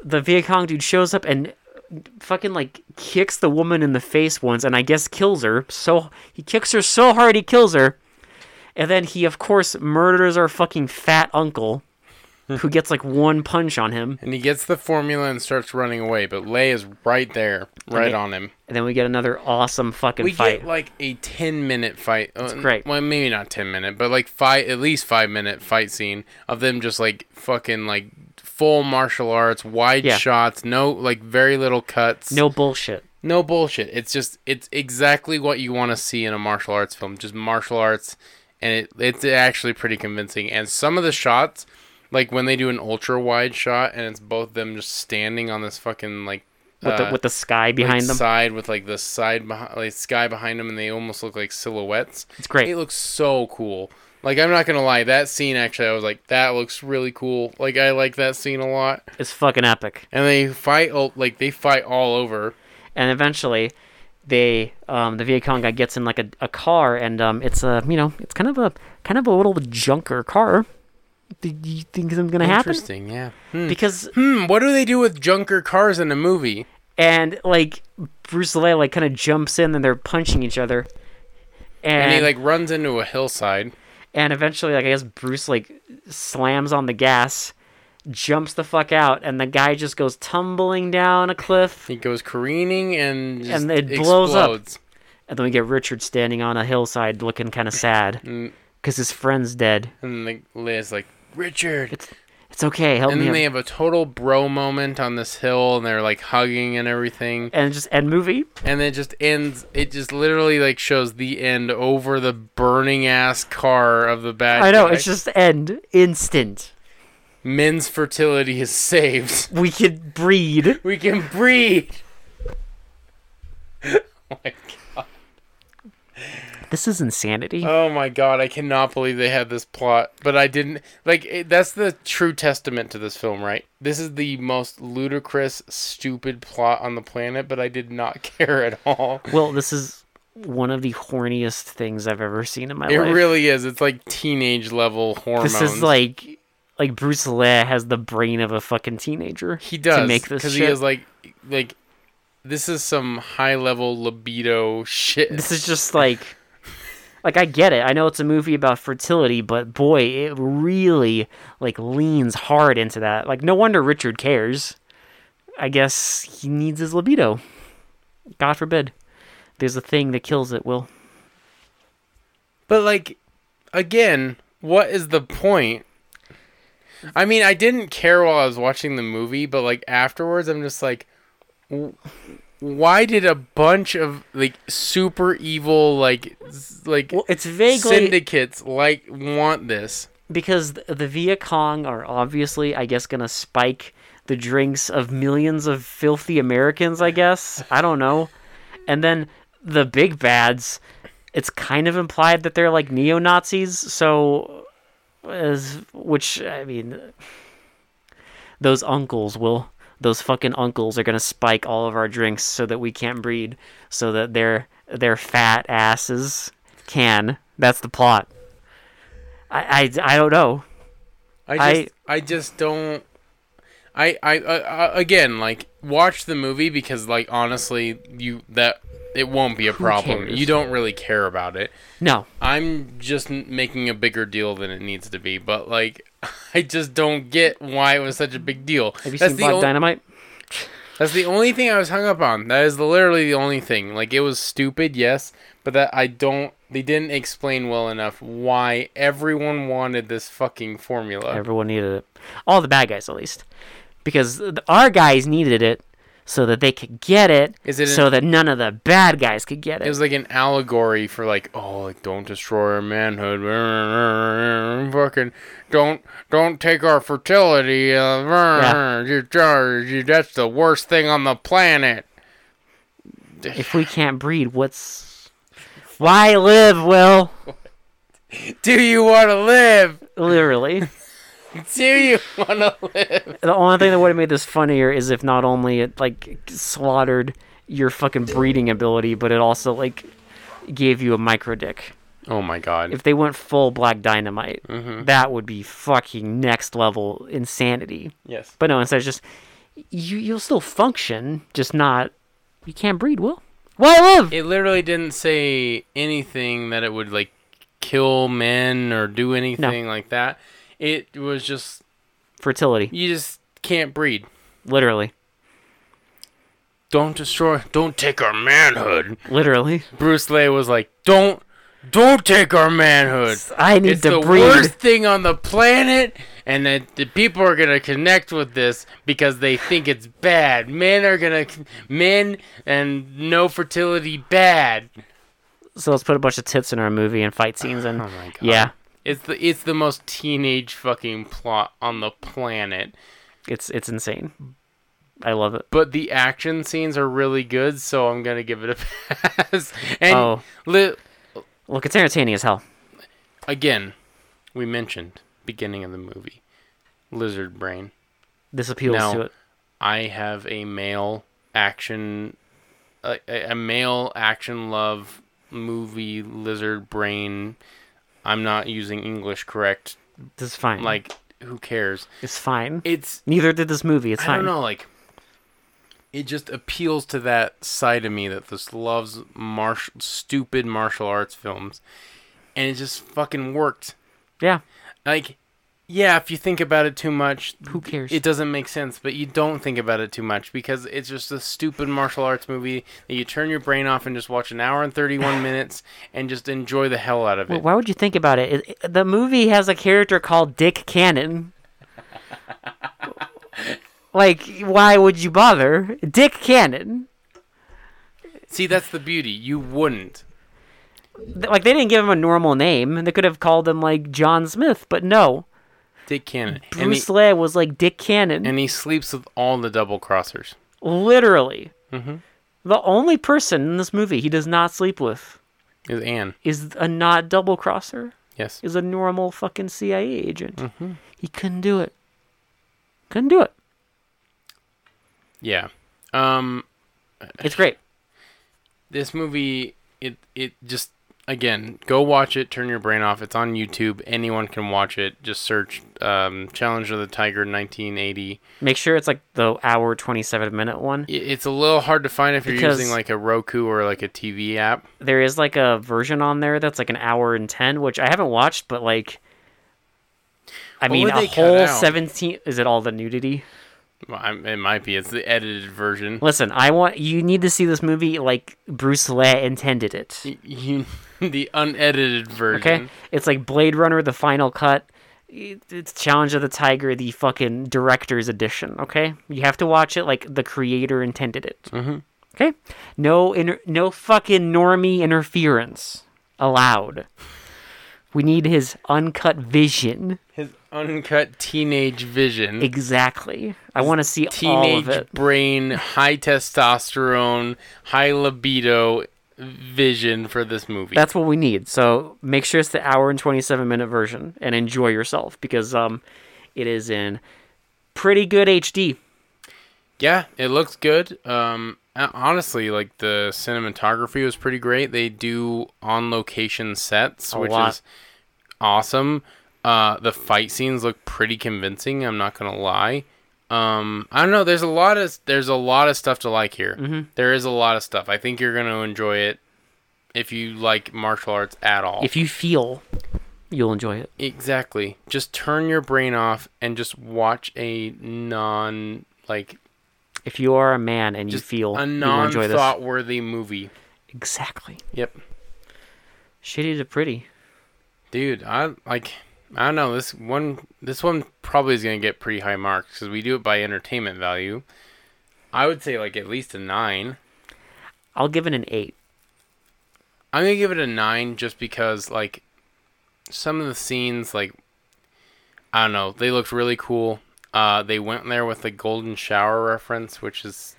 B: the Viet Cong dude shows up and fucking like kicks the woman in the face once, and I guess kills her. So he kicks her so hard he kills her, and then he of course murders our fucking fat uncle, who gets like one punch on him.
A: and he gets the formula and starts running away, but Lay is right there, right
B: Okay.
A: on him.
B: And then we get another awesome fucking
A: We
B: fight.
A: get like a ten minute fight. That's
B: great.
A: Well, maybe not ten minute, but like five, at least five minute fight scene of them just like fucking like full martial arts, wide
B: Yeah.
A: shots, no like very little cuts,
B: no bullshit.
A: No bullshit. It's just it's exactly what you want to see in a martial arts film. Just martial arts, and it it's actually pretty convincing. And some of the shots, like when they do an ultra wide shot, and it's both them just standing on this fucking like
B: with the
A: uh,
B: with the sky
A: like,
B: behind them.
A: side with like the side behind like sky behind them, and they almost look like silhouettes.
B: It's great.
A: It looks so cool. Like I'm not gonna lie, that scene actually I was like that looks really cool. Like I like that scene a lot.
B: it's fucking epic.
A: And they fight all- like they fight all over.
B: And eventually, they um, the Viet Cong guy gets in like a, a car, and um, it's a you know it's kind of a kind of a little junker car. Do you think something's gonna happen?
A: Interesting, yeah.
B: Because
A: hmm, what do they do with junker cars in a movie?
B: and like Bruce Lee like kind of jumps in, and they're punching each other.
A: And,
B: And
A: he like runs into a hillside.
B: and eventually like I guess Bruce like slams on the gas, jumps the fuck out, and the guy just goes tumbling down a cliff.
A: He goes careening and just
B: And it blows up.
A: explodes.
B: And then we get Richard standing on a hillside looking kind of sad
A: Mm.
B: because his friend's dead.
A: And the Liz like Richard.
B: It's okay, help
A: and
B: me.
A: then
B: up."
A: they have a total bro moment on this hill, and they're like hugging and everything.
B: And just end movie.
A: And it just ends. It just literally like shows the end over the burning ass car of the bad.
B: I know
A: guy.
B: it's just end instant.
A: men's fertility is saved.
B: We could breed.
A: We can breathe. oh my god.
B: This is insanity.
A: Oh my god, I cannot believe they had this plot, but I didn't. Like it, that's the true testament to this film, right? This is the most ludicrous, stupid plot on the planet, but I did not care at all.
B: well, this is one of the horniest things I've ever seen in my
A: It
B: life.
A: really is. It's like teenage level hormones.
B: this is like like Bruce Lee has the brain of a fucking teenager.
A: he does
B: to make this
A: because he
B: shit.
A: is like like this is some high level libido shit.
B: this is just like like I get it. I know it's a movie about fertility, but boy, it really like leans hard into that. Like no wonder Richard cares. I guess he needs his libido. God forbid. There's a thing that kills it, Will.
A: But like, again, what is the point? I mean, I didn't care while I was watching the movie, but like afterwards, I'm just like, w- why did a bunch of like super evil like s- like
B: Well, it's vaguely
A: syndicates like want this?
B: because th- the Viet Cong are obviously, I guess, gonna spike the drinks of millions of filthy Americans. I guess I don't know. And then the big bads, it's kind of implied that they're like neo Nazis. So, as which I mean, those uncles will those fucking uncles are gonna spike all of our drinks so that we can't breed, so that their their fat asses can. That's the plot. I I, I don't know.
A: I just, I, just don't. I, I, I, I again like watch the movie because like honestly you that it won't be a problem.
B: cares?
A: You don't really care about it.
B: No,
A: I'm just n- making a bigger deal than it needs to be, but like I just don't get why it was such a big deal.
B: have you
A: that's
B: seen
A: the
B: Black
A: on-
B: Dynamite?
A: That's the only thing I was hung up on. That is literally the only thing. Like it was stupid, yes, but that I don't. They didn't explain well enough why everyone wanted this fucking formula.
B: Everyone needed it. All the bad guys, at least, because th- our guys needed it so that they could get it,
A: Is it
B: so
A: an-
B: that none of the bad guys could get
A: It
B: it.
A: was like an allegory for like, oh, like don't destroy our manhood, fucking don't don't take our fertility. Uh, That's the worst thing on the planet.
B: if we can't breed, what's why live? Will
A: Do you want to live?
B: literally.
A: Do you want to live?
B: The only thing that would have made this funnier is if not only it like slaughtered your fucking breeding ability, but it also like gave you a micro dick.
A: Oh my god.
B: If they went full black dynamite,
A: Mm-hmm.
B: that would be fucking next level insanity.
A: yes.
B: But no, instead it's just you you'll still function, just not you can't breed, Will. Why live?
A: It literally didn't say anything that it would like kill men or do anything like that. It was just
B: Fertility.
A: you just can't breed.
B: Literally.
A: Don't destroy. Don't take our manhood.
B: Literally.
A: Bruce Lee was like, "Don't, don't take our manhood.
B: I need
A: It's
B: to
A: the
B: breed.
A: worst thing on the planet, and that the people are gonna connect with this because they think it's bad. Men are gonna, men and no fertility bad.
B: So let's put a bunch of tits in our movie and fight scenes and
A: Oh my God.
B: Yeah.
A: It's the it's the most teenage fucking plot on the planet.
B: It's it's insane. I love it.
A: But the action scenes are really good, so I'm gonna give it a pass. And
B: Oh.
A: li-
B: Look, it's entertaining as hell.
A: again, we mentioned beginning of the movie, lizard brain.
B: This appeals
A: Now-
B: to it.
A: I have a male action, a, a a male action love movie lizard brain. I'm not using English correct.
B: This is fine.
A: Like, who cares?
B: it's fine.
A: It's
B: Neither did this movie. It's
A: I
B: fine.
A: don't know. Like, it just appeals to that side of me that just loves martial, stupid martial arts films, and it just fucking worked.
B: Yeah.
A: Like, yeah, if you think about it too much,
B: Who cares?
A: it doesn't make sense, but you don't think about it too much because it's just a stupid martial arts movie that you turn your brain off and just watch an hour and 31 minutes and just enjoy the hell out of
B: Well,
A: it.
B: why would you think about it? It- it? The movie has a character called Dick Cannon. like, why would you bother? Dick Cannon.
A: See, that's the beauty. You wouldn't.
B: Th- Like, they didn't give him a normal name. They could have called him, like, John Smith, but no.
A: Dick Cannon. And he,
B: Bruce Lee was like Dick Cannon.
A: and he sleeps with all the double crossers.
B: literally.
A: Mm-hmm.
B: The only person in this movie he does not sleep with
A: Is Anne.
B: is a not double crosser.
A: Yes.
B: is a normal fucking CIA agent.
A: Mm-hmm.
B: He couldn't do it. Couldn't do it.
A: Yeah. Um,
B: It's great.
A: this movie, it, it just, again, go watch it. Turn your brain off. It's on YouTube. Anyone can watch it. Just search um, Challenge of the Tiger 1980.
B: Make sure it's like the hour twenty seven minute one.
A: I- It's a little hard to find if you're
B: Because-
A: using like a Roku or like a TV app.
B: There is like a version on there that's like an hour and ten, which I haven't watched, but like, I
A: What
B: mean,
A: would
B: a
A: they cut
B: whole
A: out?
B: seventeen. Is it all the nudity?
A: Well, I'm- it might be. It's the edited version.
B: Listen, I want you need to see this movie like Bruce Lee intended it.
A: Y- You, the unedited version.
B: Okay, it's like Blade Runner, the final cut. It- It's Challenge of the Tiger, the fucking director's edition. Okay, you have to watch it like the creator intended it. Mm-hmm. Okay, no inter- no fucking normie interference allowed. We need his uncut vision.
A: His uncut teenage vision,
B: Exactly. I want to see all of
A: teenage
B: it.
A: brain, high testosterone, high libido vision for this movie.
B: That's what we need. So make sure it's the hour and 27 minute version and enjoy yourself because um, it is in pretty good HD.
A: Yeah, it looks good. Um, uh, honestly, like the cinematography was pretty great. They do on location sets,
B: A
A: which
B: lot.
A: is awesome. Uh, the fight scenes look pretty convincing. I'm not gonna lie. Um, I don't know. There's a lot of there's a lot of stuff to like here.
B: Mm-hmm.
A: There is a lot of stuff. I think you're gonna enjoy it if you like martial arts at all.
B: If you feel, you'll enjoy it.
A: Exactly. Just turn your brain off and just watch a non like
B: If you are a man and you feel,
A: a
B: you'll
A: non
B: enjoy this.
A: thought worthy movie.
B: Exactly.
A: Yep.
B: Shitty to pretty.
A: Dude, I like I don't know, this one this one probably is going to get pretty high marks cuz we do it by entertainment value. I would say like at least a 9.
B: I'll give it an eight.
A: I'm gonna give it a nine just because like some of the scenes like I don't know, they looked really cool. Uh they went there with the golden shower reference, which is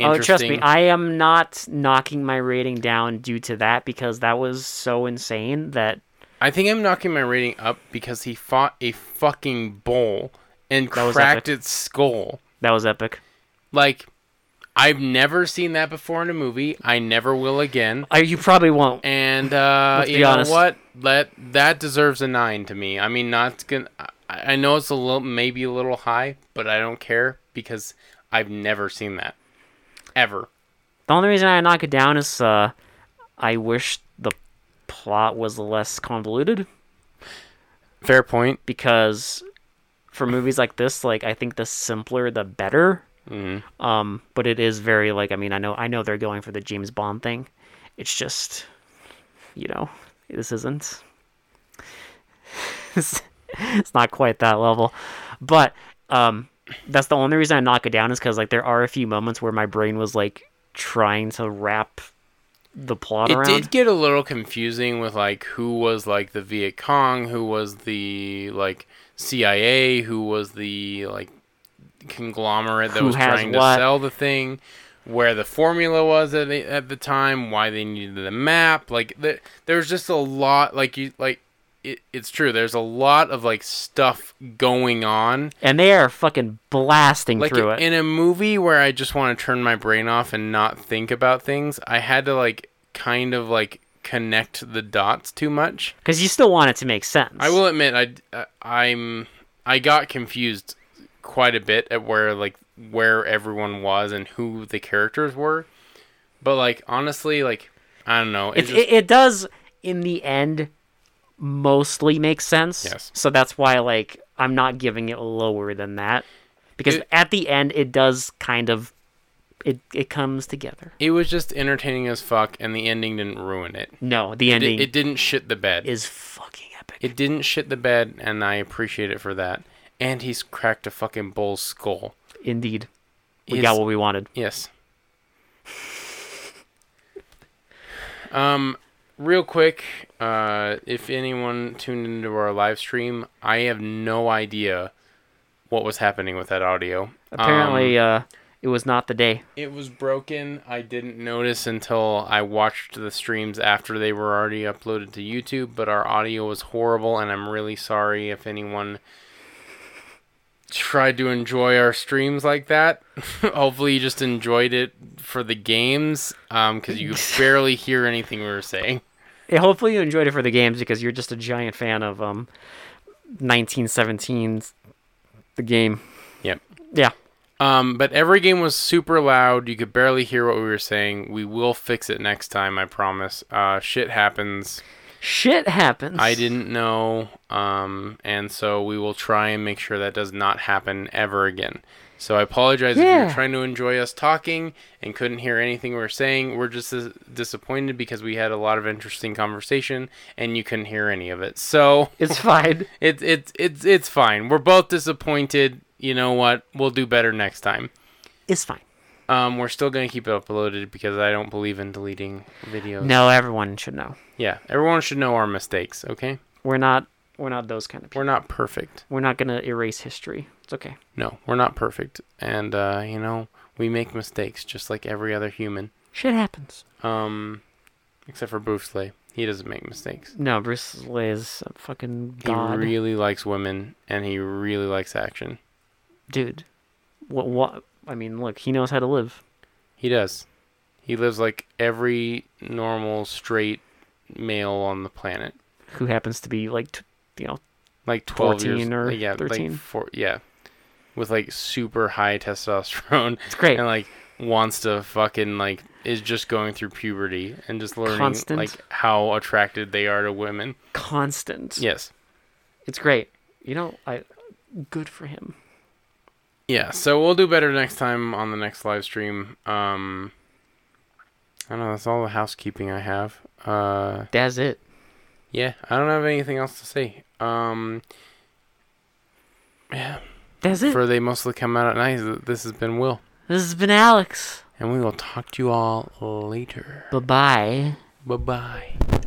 B: Oh, trust
A: interesting.
B: me, I am not knocking my rating down due to that because that was so insane that
A: I think I'm knocking my rating up because he fought a fucking bull and
B: was
A: cracked its skull.
B: that was epic.
A: Like I've never seen that before in a movie. I never will again.
B: Uh, you probably won't.
A: And uh,
B: Let's be
A: you know
B: honest.
A: what? That that deserves a nine to me. I mean, not gonna. I I know it's a little, maybe a little high, but I don't care because I've never seen that ever.
B: The only reason I knock it down is uh, I wish the plot was less convoluted
A: Fair point.
B: because for movies like this, like I think the simpler the better.
A: Mm-hmm.
B: Um, but it is very like I mean I know I know they're going for the James Bond thing. It's just, you know, this isn't. it's it's not quite that level, but um, that's the only reason I knock it down is because like there are a few moments where my brain was like trying to wrap the plot
A: It
B: around.
A: did get a little confusing with like who was like the Viet Cong, who was the like CIA, who was the like conglomerate that
B: Who
A: was
B: has
A: trying
B: what.
A: to sell the thing, where the formula was at the, at the time, why they needed the map. Like the, there's just a lot like you like it, it's true. There's a lot of like stuff going on
B: and they are fucking blasting
A: like
B: through it.
A: in a movie where I just want to turn my brain off and not think about things, I had to like kind of like connect the dots too much.
B: because you still want it to make sense.
A: I will admit I I'm I got confused quite a bit at where like where everyone was and who the characters were. But like honestly, like I don't know.
B: It,
A: It's just,
B: it, it does in the end mostly make sense.
A: Yes.
B: So that's why like I'm not giving it lower than that because
A: It-
B: at the end it does kind of it it comes together.
A: it was just entertaining as fuck and the ending didn't ruin it.
B: No, the
A: It,
B: ending
A: it didn't shit the bed.
B: is fucking epic.
A: It didn't shit the bed and I appreciate it for that. And he's cracked a fucking bull's skull.
B: Indeed. We
A: His-
B: got what we wanted.
A: Yes. um, real quick, uh, if anyone tuned into our live stream, I have no idea what was happening with that audio. Um,
B: Apparently uh it was not the day.
A: it was broken. I didn't notice until I watched the streams after they were already uploaded to YouTube, but our audio was horrible, and I'm really sorry if anyone tried to enjoy our streams like that. Hopefully, you just enjoyed it for the games, because you could barely hear anything we were saying.
B: Yeah, hopefully you enjoyed it for the games because you're just a giant fan of um 1917's the game.
A: Yep.
B: Yeah.
A: Um, but every game was super loud. You could barely hear what we were saying. We will fix it next time, I promise. Uh, shit happens.
B: Shit happens.
A: I didn't know, um, and so we will try and make sure that does not happen ever again. So I apologize if
B: Yeah.
A: you're trying to enjoy us talking and couldn't hear anything we were saying. We're just as disappointed because we had a lot of interesting conversation and you couldn't hear any of it. So
B: It's fine.
A: it's it's it's it's fine. We're both disappointed. You know what? We'll do better next time.
B: It's fine.
A: Um, we're still gonna keep it uploaded because I don't believe in deleting videos.
B: No, everyone should know.
A: Yeah, everyone should know our mistakes. Okay,
B: We're not we're not those kind of people.
A: we're not perfect.
B: We're not gonna erase history. It's okay.
A: No, we're not perfect, and uh, you know we make mistakes just like every other human.
B: Shit happens.
A: Um, except for Bruce Lee, he doesn't make mistakes.
B: No, Bruce Lee is a fucking god,
A: He really likes women, and he really likes action.
B: dude. What what I mean, look, he knows how to live.
A: He does. He lives like every normal straight male on the planet.
B: Who happens to be like, t- you know,
A: Like twelve years,
B: 14 or
A: yeah,
B: 13.
A: like four, yeah, with like super high testosterone
B: it's great.
A: and like wants to fucking like is just going through puberty and just learning
B: Constant.
A: like how attracted they are to women.
B: Constant.
A: Yes.
B: It's great. You know, I. Good for him.
A: Yeah, so we'll do better next time on the next live stream. Um I don't know, that's all the housekeeping I have. Uh
B: That's it.
A: yeah, I don't have anything else to say. Um Yeah.
B: That's it.
A: For they mostly come out at night. This has been Will.
B: this has been Alex.
A: And we will talk to you all later.
B: Bye bye.
A: Bye bye.